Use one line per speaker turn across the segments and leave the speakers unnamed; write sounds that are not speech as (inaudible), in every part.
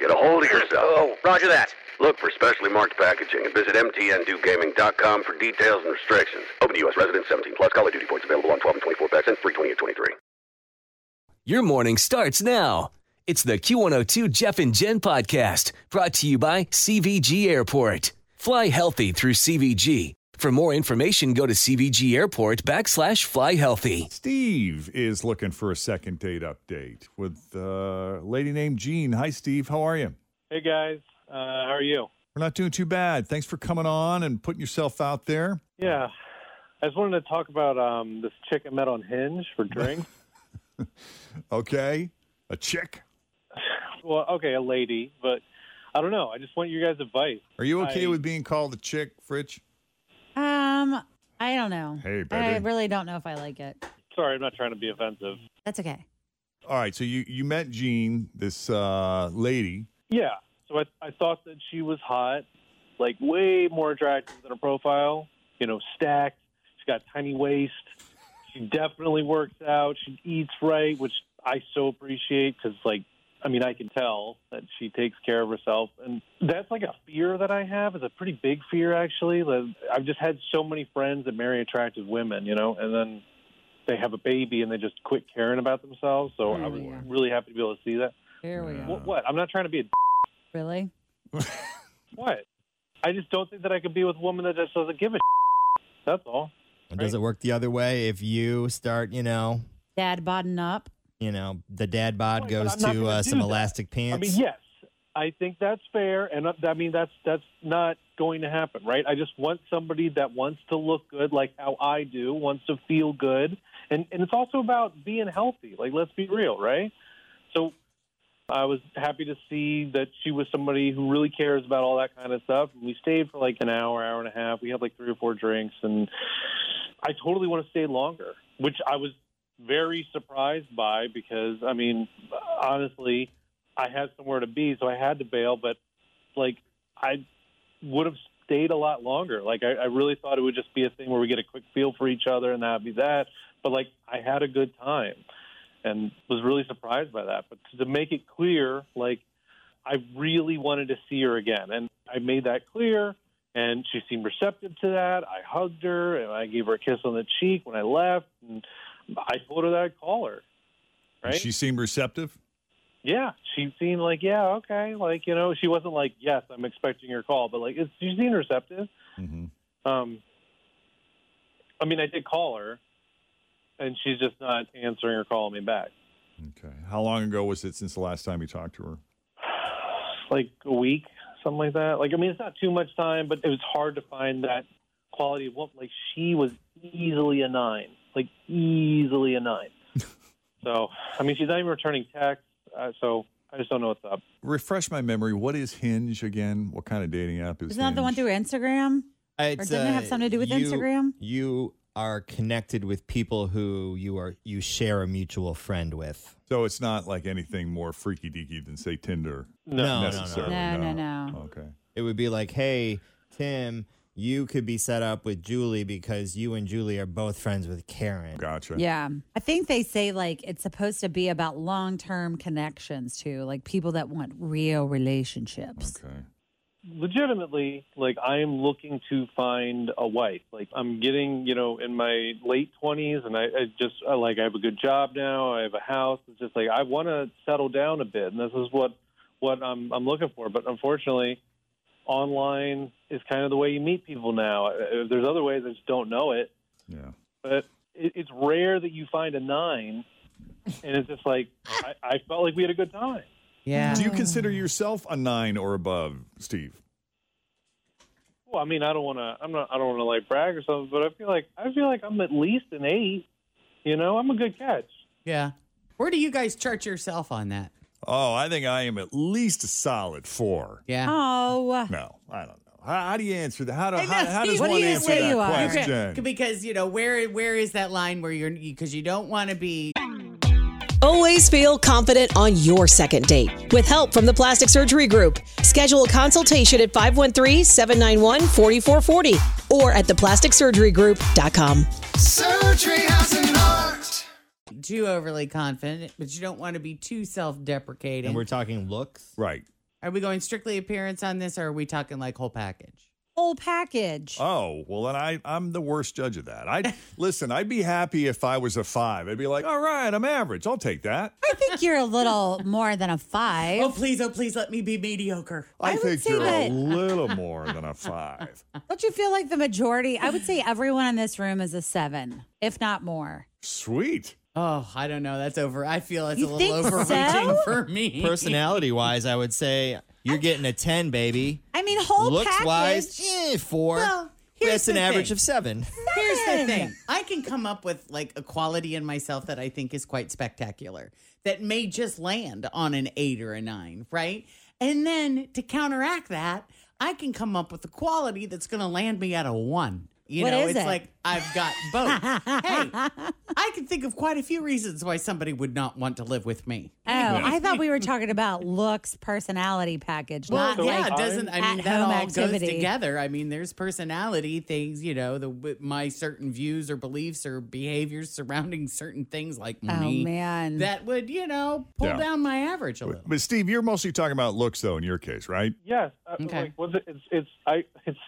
get a hold of yourself.
Oh, roger that.
Look for specially marked packaging and visit mtndewgaming.com for details and restrictions. Open to U.S. residents 17 plus. Call of Duty points available on 12 and 24 packs and free 20 and 23.
Your morning starts now. It's the Q102 Jeff and Jen podcast brought to you by CVG Airport. Fly healthy through CVG. For more information, go to CVG Airport backslash fly healthy.
Steve is looking for a second date update with uh, a lady named Jean. Hi, Steve. How are you?
Hey, guys. Uh, how are you?
We're not doing too bad. Thanks for coming on and putting yourself out there.
Yeah. I just wanted to talk about um, this chick I met on Hinge for (laughs) drinks.
okay. A chick?
well, okay, a lady, but I don't know. I just want your guys' advice.
Are you okay
I-
with being called a chick, Fritch?
Um, I don't know.
Hey,
I
baby.
really don't know if I like it.
Sorry, I'm not trying to be offensive.
That's okay.
All right. So you, you met Jean, this uh, lady.
Yeah. So I, I thought that she was hot, like way more attractive than her profile. You know, stacked. She's got tiny waist. She definitely works out. She eats right, which I so appreciate because, like, I mean, I can tell that she takes care of herself, and that's like a fear that I have. It's a pretty big fear, actually. Like, I've just had so many friends that marry attractive women, you know, and then they have a baby and they just quit caring about themselves. So I was
yeah.
really happy to be able to see that.
Here we
Yeah.
go.
What, what? I'm not trying to be a
Really?
What? I just don't think that I could be with a woman that just doesn't give a. That's all.
And does it work the other way if you start, you know,
Dad bodding up.
you know, the dad bod
Right, but
goes
I'm not
to
gonna
uh,
do
some
that.
elastic pants?
I mean, yes, I think that's fair, and uh, I mean that's that's not going to happen, right? I just want somebody that wants to look good, like how I do, wants to feel good, and and it's also about being healthy. Like, let's be real, right? So. I was happy to see that she was somebody who really cares about all that kind of stuff. We stayed for like an hour, hour and a half. We had like three or four drinks, and I totally want to stay longer, which I was very surprised by because, I mean, honestly, I had somewhere to be, so I had to bail. But like, I would have stayed a lot longer. Like, I, I really thought it would just be a thing where we get a quick feel for each other, and that'd be that. But like, I had a good time, and was really surprised by that. But to make it clear, like, I really wanted to see her again, and I made that clear. And she seemed receptive to that. I hugged her and I gave her a kiss on the cheek when I left. And I told her that I'd call her. Right?
She seemed receptive.
yeah, she seemed like, yeah, okay. Like, you know, she wasn't like, yes, I'm expecting your call, but like, it's, she seemed receptive.
Mm-hmm.
Um, I mean, I did call her, and she's just not answering or calling me back.
Okay. How long ago was it since the last time you talked to her?
Like a week, something like that. Like, I mean, it's not too much time, but it was hard to find that quality of woman. Like, she was easily a nine, like, easily a nine. so, I mean, she's not even returning texts. Uh, so, I just don't know what's up.
Refresh my memory. What is Hinge again? What kind of dating app is
Isn't that the one
Hinge?
through Instagram?
Uh, It's, uh,
Or doesn't it have something to do with
you-
Instagram?
You are connected with people who you are you share a mutual friend with.
So it's not like anything more freaky deaky than say Tinder
No, no, no.
necessarily.
No, no, no.
Okay.
It would be like, hey, Tim, you could be set up with Julie because you and Julie are both friends with Karen.
Gotcha.
Yeah. I think they say like it's supposed to be about long term connections too, like people that want real relationships.
Okay.
legitimately like i am looking to find a wife like i'm getting you know in my late 20s and i, I just I, like i have a good job now i have a house it's just like i want to settle down a bit and this is what what i'm i'm looking for but unfortunately online is kind of the way you meet people now Uh, there's other ways i just don't know it
Yeah.
but it, it's rare that you find a nine and it's just like I, I felt like we had a good time
Yeah.
Do you consider yourself a nine or above, Steve?
Well, I mean, I don't want to. I'm not. I don't want to like brag or something, but I feel like I feel like I'm at least an eight. You know, I'm a good catch.
Yeah. Where do you guys chart yourself on that?
Oh, I think I am at least a solid four.
Um,
Yeah.
Oh,
No, I don't know. How, how do you answer that? How, do, how,
know,
how does
Steve,
what
one
do you
answer
say
that
you are?
Okay,
question?
Because you know where where is that line where you're because you don't want to be
Always feel confident on your second date. With help from the Plastic Surgery Group, schedule a consultation at 513 791 4440 or at theplasticsurgerygroup.com.
Surgery has an art. Too overly confident, but you don't want to be too self-deprecating.
And we're talking looks.
Right.
are we going strictly appearance on this, or are we talking like whole package?
whole package.
Oh, well, then I, I'm the worst judge of that.
(laughs)
I Listen, I'd be happy if I was a five. I'd be like, all right, I'm average. I'll take that.
I think you're a little more than a five.
(laughs)
Oh please, oh please, let me be mediocre.
I,
I would
think
say
you're a
that-
little more than a
(laughs)
five.
Don't you feel like the majority? I would say everyone in this room is a seven, if not more.
Sweet.
Oh, I don't know. That's over. I feel that's
You
a little
think
overreaching
so?
for me.
Personality wise, I would say you're getting a 10, baby.
(laughs) I mean, whole
looks
package.
wise, eh, four.
Well, here's
That's an
the
average
thing.
of seven. (laughs)
Here's the
Seven.
thing. I can come up with like a quality in myself that I think is quite spectacular that may just land on an eight or a nine, right? And then to counteract that, I can come up with a quality that's going to land me at a one. You
What
know,
is
it's
it?
like I've got
(laughs)
both. hey, I can think of quite a few reasons why somebody would not want to live with me.
Oh, I thought we were talking about looks, personality package,
Well,
not
yeah,
like
it doesn't. I mean, that
at-home
all goes
activity.
together. I mean, there's personality things, you know, the my certain views or beliefs or behaviors surrounding certain things like money.
Oh, man.
that would you know pull
Yeah.
down my average a little.
But, Steve, you're mostly talking about looks, though, in your case, right?
Yes. I-
Okay.
Like, was it, it's it's I it's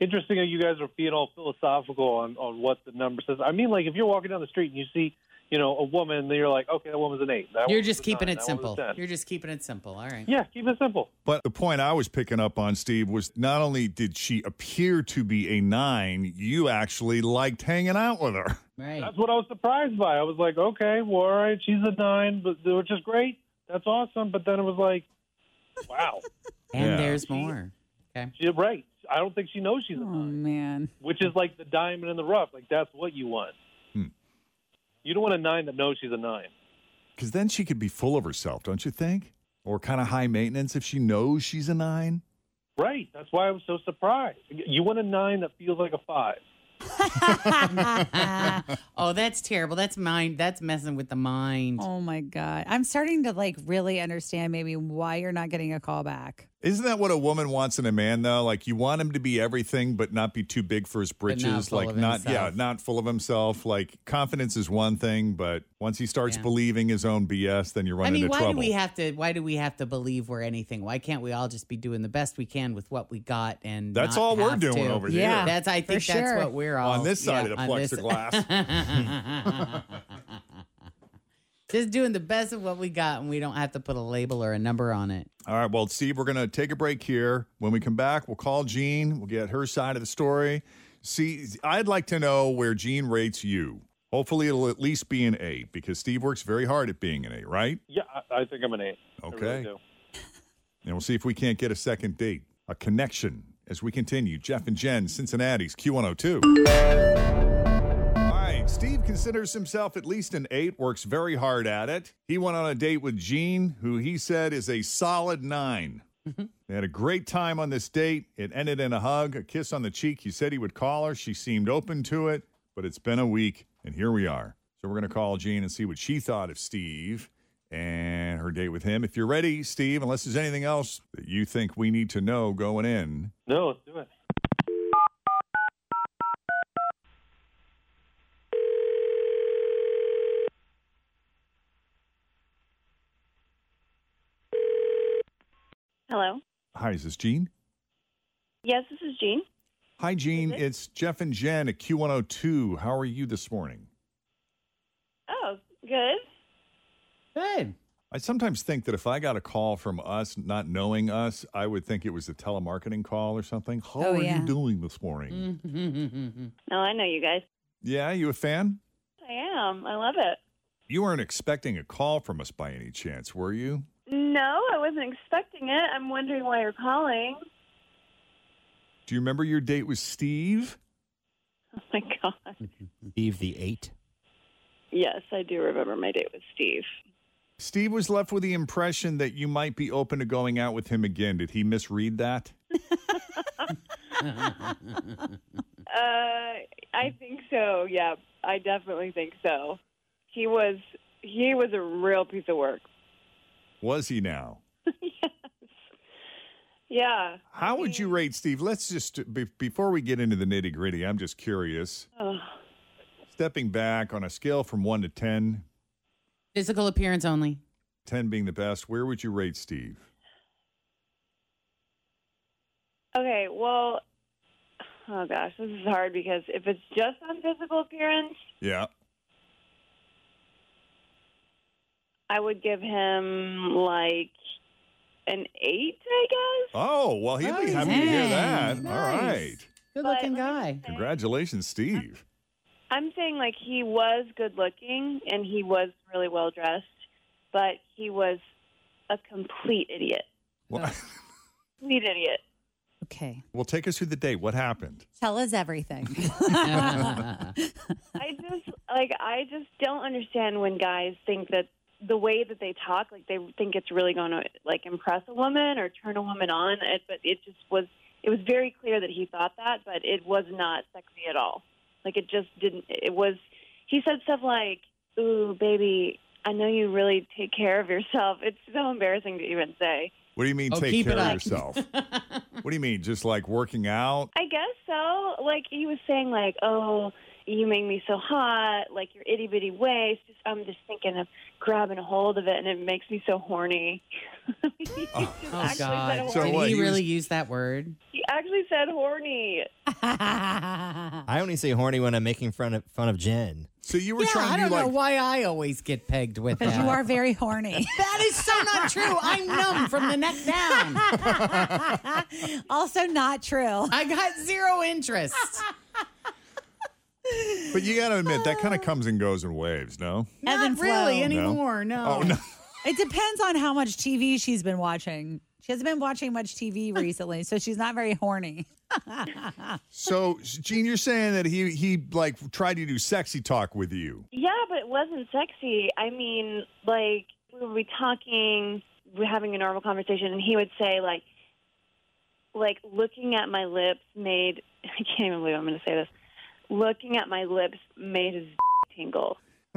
interesting that you guys are being all philosophical on on what the number says. I mean, like if you're walking down the street and you see, you know, a woman, then you're like, okay, that woman's an eight. That
You're
one's
just
a
keeping
nine,
it
that
simple.
one's a 10.
You're just keeping it simple. All right.
yeah, keep it simple.
But the point I was picking up on, Steve, was not only did she appear to be a nine, you actually liked hanging out with her. (laughs)
Right.
That's what I was surprised by. I was like, okay, well, all right, she's a nine, but which is great. That's awesome. But then it was like, wow,
And
Yeah.
there's more.
she's right. I don't think she knows she's a
Oh
nine.
Hmm.
man.
which is like the diamond in the rough. Like that's what you want.
Hmm.
You don't want a nine that knows she's a nine.
Because then she could be full of herself, don't you think? Or kind of high maintenance if she knows she's a nine.
Right. That's why I was so surprised. You want a nine that feels like a five.
oh, that's terrible. That's mind. That's messing with the mind.
Oh my god. I'm starting to like really understand maybe why you're not getting a call back.
Isn't that what a woman wants in a man, though? Like you want him to be everything, but not be too big for his
not
britches.
full
like
of
not, yeah,
himself.
not full of himself. Like confidence is one thing, but once he starts
Yeah.
believing his own BS, then you run
I mean,
into
why
trouble.
do we have to? Why do we have to believe we're anything? Why can't we all just be doing the best we can with what we got? And
That's
not
all we're
have
doing
to?
over
Yeah.
here.
here.
That's I
For
think that's
sure.
what we're all
On this side of the
on this-
plexiglass.
(laughs)
(laughs)
Just doing the best of what we got, and we don't have to put a label or a number on it.
All right, well, Steve, we're going to take a break here. When we come back, we'll call Jean. We'll get her side of the story. See, I'd like to know where Jean rates you. Hopefully, it'll at least be an eight because Steve works very hard at being an eight, right?
Yeah, I, I think I'm an eight. I really
Okay.
do.
And we'll see if we can't get a second date, a connection as we continue. Jeff and Jen, Cincinnati's Q102. All right, Steve considers himself at least an eight, works very hard at it. He went on a date with Jean, who he said is a solid nine. They had a great time on this date. It ended in a hug, a kiss on the cheek. He said he would call her. She seemed open to it, but it's been a week, and here we are. So we're going to call Jean and see what she thought of Steve and her date with him. If you're ready, Steve, unless there's anything else that you think we need to know going in,
No, let's do it.
Hello.
Hi, is this Gene?
Yes, this is Jean.
Hi, Gene. It's Jeff and Jen at Q102. How are you this morning?
Oh, good.
Good. (laughs)
I sometimes think that if I got a call from us not knowing us, I would think it was a telemarketing call or something. How
Oh,
are
yeah.
you doing this morning?
No, I know you guys.
Yeah, you a fan?
I am. I love it.
You weren't expecting a call from us by any chance, were you?
No, I wasn't expecting it. I'm wondering why you're calling. (laughs)
Do you remember your date with Steve?
Oh my god.
Steve the eight.
Yes, I do remember my date with Steve.
Steve was left with the impression that you might be open to going out with him again. Did he misread that?
Uh, I think so. Yeah, I definitely think so. He was he was a real piece of work.
Was
(laughs)
he now?
Yeah.
How would you rate Steve? Let's just, be, before we get into the nitty gritty, I'm just curious.
Ugh.
Stepping back on a scale from one to 10,
Physical appearance only.
10 being the best, where would you rate Steve?
Okay. Well, oh gosh, this is hard because if it's just on physical appearance,
Yeah.
I would give him like an eight, I guess.
Oh, well, he'd be
Nice.
happy to hear
Hey,
that.
nice.
All right.
Good
looking
guy.
Congratulations, Steve.
I'm saying like he was good looking and he was really well dressed, but he was a complete idiot.
Well,
Complete idiot.
Okay.
(laughs) well, take us through the date. What happened?
Tell
(laughs)
us everything.
I just like I just don't understand when guys think that the way that they talk, like they think it's really going to like impress a woman or turn a woman on. It, but it just was. It was very clear that he thought that, but it was not sexy at all. Like it just didn't. It was. He said stuff like, "Ooh, baby, I know you really take care of yourself." It's so embarrassing to even say.
What do you mean,
Oh,
take
keep
care
it
of
up.
(laughs)
yourself? what do you mean? Just like working out?
I guess so. Like he was saying, like, oh, you make me so hot, like your itty bitty waist. Just, I'm just thinking of grabbing a hold of it, and it makes me so horny.
Oh,
said
God.
So
Did
what,
he
he
really
was-
use that word?
He actually said horny.
(laughs)
I only say horny when I'm making fun of fun of Jen.
So you
were
Yeah,
trying
I
to
don't know
like
why I always get pegged with
Because
that.
you
are very horny.
(laughs) that is so not true. I'm numb from the neck down.
(laughs) also not true.
I got zero interest.
But you got to admit, that
Ah.
kind of comes and goes in waves, no?
Not and flow. really anymore,
No. Oh, no.
It depends on how much TV she's been watching. She hasn't been watching
(laughs)
much TV recently, so she's not very horny.
So, Gene, you're saying that he he like tried to do sexy talk with you.
Yeah, but it wasn't sexy. I mean, like we would be talking, we're having a normal conversation, and he would say like, like looking at my lips made. (laughs) I can't even believe I'm going to say this. Looking at my lips made his tingle. (laughs)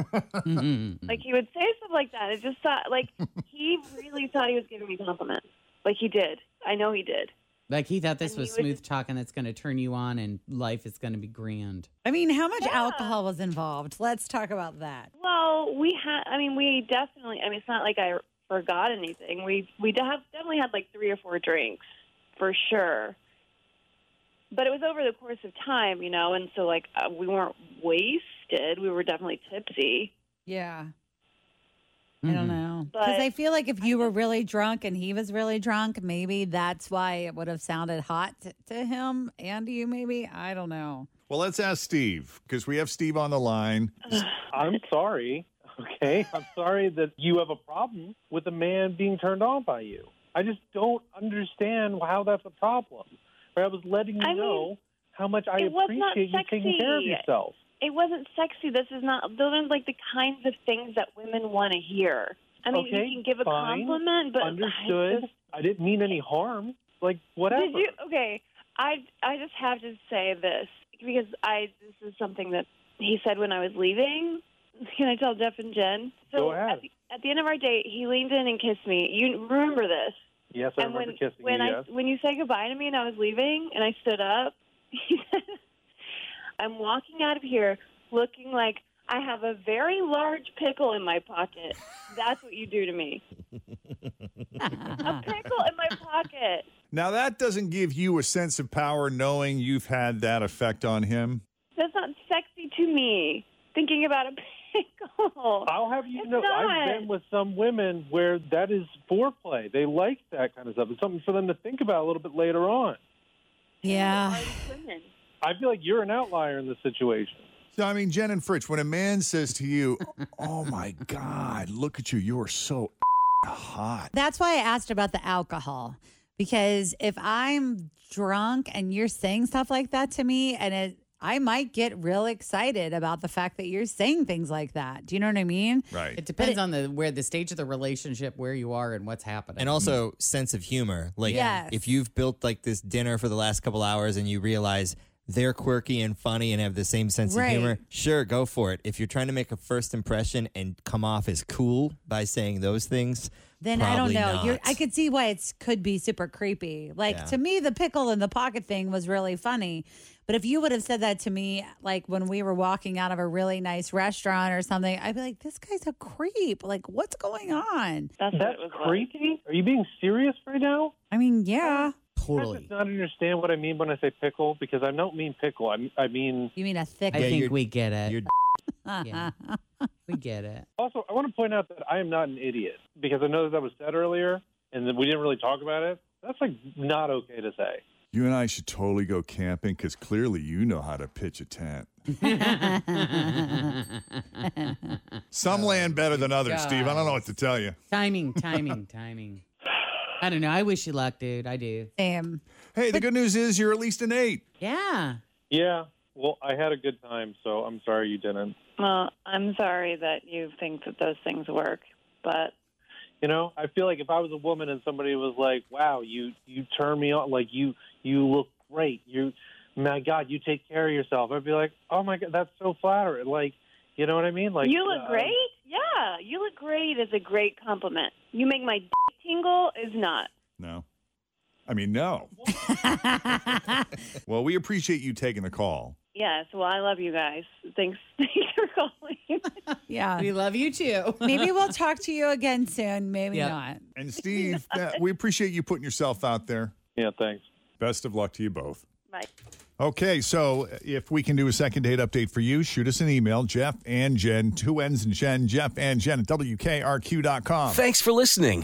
Like he would say stuff like that. It just thought like he really thought he was giving me compliments. Like he did. I know he did.
like he thought this
And
was
he would
smooth talking that's going to turn you on and life is going to be grand.
I mean, how much alcohol was involved? Let's talk about that.
Well, we had. I mean, we definitely. I mean, it's not like I forgot anything. We we de- have definitely had like three or four drinks for sure. But it was over the course of time, you know, and so like uh, we weren't wasted. We were definitely tipsy.
Yeah. I
Mm-hmm.
don't
Mm-hmm.
know. Because
But-
I feel like if you were really drunk and he was really drunk, maybe that's why it would have sounded hot t- to him and you, maybe. I don't know.
Well, let's ask Steve because we have Steve on
(sighs)
the line.
I'm sorry. Okay. (laughs) I'm sorry that you have a problem with a man being turned on by you. I just don't understand how that's a problem. But I was letting you
I mean,
know how much I
it was not
appreciate you taking care of
sexy.
yourself.
It wasn't sexy. This is not. Those are like the kinds of things that women want to hear. I mean,
okay,
you can give a
fine,
compliment, but I
understood. I,
just-
didn't mean any harm. Like whatever.
Did you? Okay, I I just have to say this because I this is something that he said when I was leaving. Can I tell Jeff and Jen? So
Go ahead.
At, the, at the end of our date, he leaned in and kissed me. You remember this?
Yes, I
and
remember
when
kissing
when
you.
I
yes.
when you said goodbye to me and I was leaving and (laughs) I stood up, he said, "I'm walking out of here looking like." I have a very large pickle in my pocket. That's what you do to me. a pickle in my pocket.
Now, that doesn't give you a sense of power knowing you've had that effect on him.
That's not sexy to me. Thinking about a pickle.
I'll have you
it's
know,
not.
I've been with some women where that is foreplay. They like that kind of stuff. It's something for them to think about a little bit later on.
Yeah.
I feel like you're an outlier in this situation.
So, I mean, Jen and Fritch, when a man says to you, Oh my God, look at you, you're so (laughs) hot.
That's why I asked about the alcohol because if I'm drunk and you're saying stuff like that to me and it I might get real excited about the fact that you're saying things like that. Do you know what I mean?
Right.
It depends on the where the stage of the relationship, where you are, and what's happening.
And also sense of humor. Like
Yes.
if you've built like this dinner for the last couple hours and you realize they're quirky and funny and have the same sense of
Right.
humor, sure, go for it. If you're trying to make a first impression and come off as cool by saying those things,
Then I don't
probably
know. You're,
not.
I could see why it could be super creepy. Like
Yeah.
to me, the pickle in the pocket thing was really funny. But if you would have said that to me, like when we were walking out of a really nice restaurant or something, I'd be like, "This guy's a creep. Like, what's going on?"
That's,
That's creepy. Are you being serious right now?
I mean, yeah.
I just not understand what I mean when I say pickle because I don't mean pickle. I, I mean.
You mean a thick? uh,
I think we get it.
yeah.
We get it.
Also, I want to point out that I am not an idiot because I know that, that was said earlier and that we didn't really talk about it. That's like not okay to say.
You and I should totally go camping because clearly you know how to pitch a tent. Some land better than others, Steve. I don't know what to tell you.
Timing, timing, timing. I don't know. I wish you luck, dude. I do.
Damn. (laughs)
Hey, the good news is you're at least an eight.
Yeah.
Yeah. Well, I had a good time, so I'm sorry you didn't.
Well, I'm sorry that you think that those things work, but
You know, I feel like if I was a woman and somebody was like, "Wow, you you turn me on, like you you look great, you, my God, you take care of yourself," I'd be like, "Oh my God, that's so flattering!" Like, you know what I mean? Like,
you look
uh,
great. Yeah, you look great is a great compliment. You make my d- tingle is not.
No. I mean, no. well, we appreciate you taking the call.
Yes. Well, I love you guys. Thanks. (laughs) Thanks for calling.
Yeah.
We love you too. (laughs)
Maybe we'll talk to you again soon. Maybe
Yeah.
not.
And Steve, that- we appreciate you putting yourself out there.
Yeah, thanks.
Best of luck to you both.
Bye.
Okay, so if we can do a second date update for you, shoot us an email, Jeff and Jen, two N's and Jen, Jeff and Jen at WKRQ.com.
Thanks for listening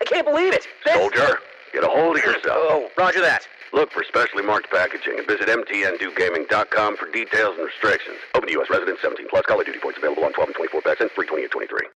I can't believe it. This-
Soldier, get a hold of yourself.
Oh, roger that.
Look for specially marked packaging and visit mtndewgaming.com for details and restrictions. Open to U.S. residents 17 plus. Call of Duty points available on 12 and 24 packs and free 20 and 23.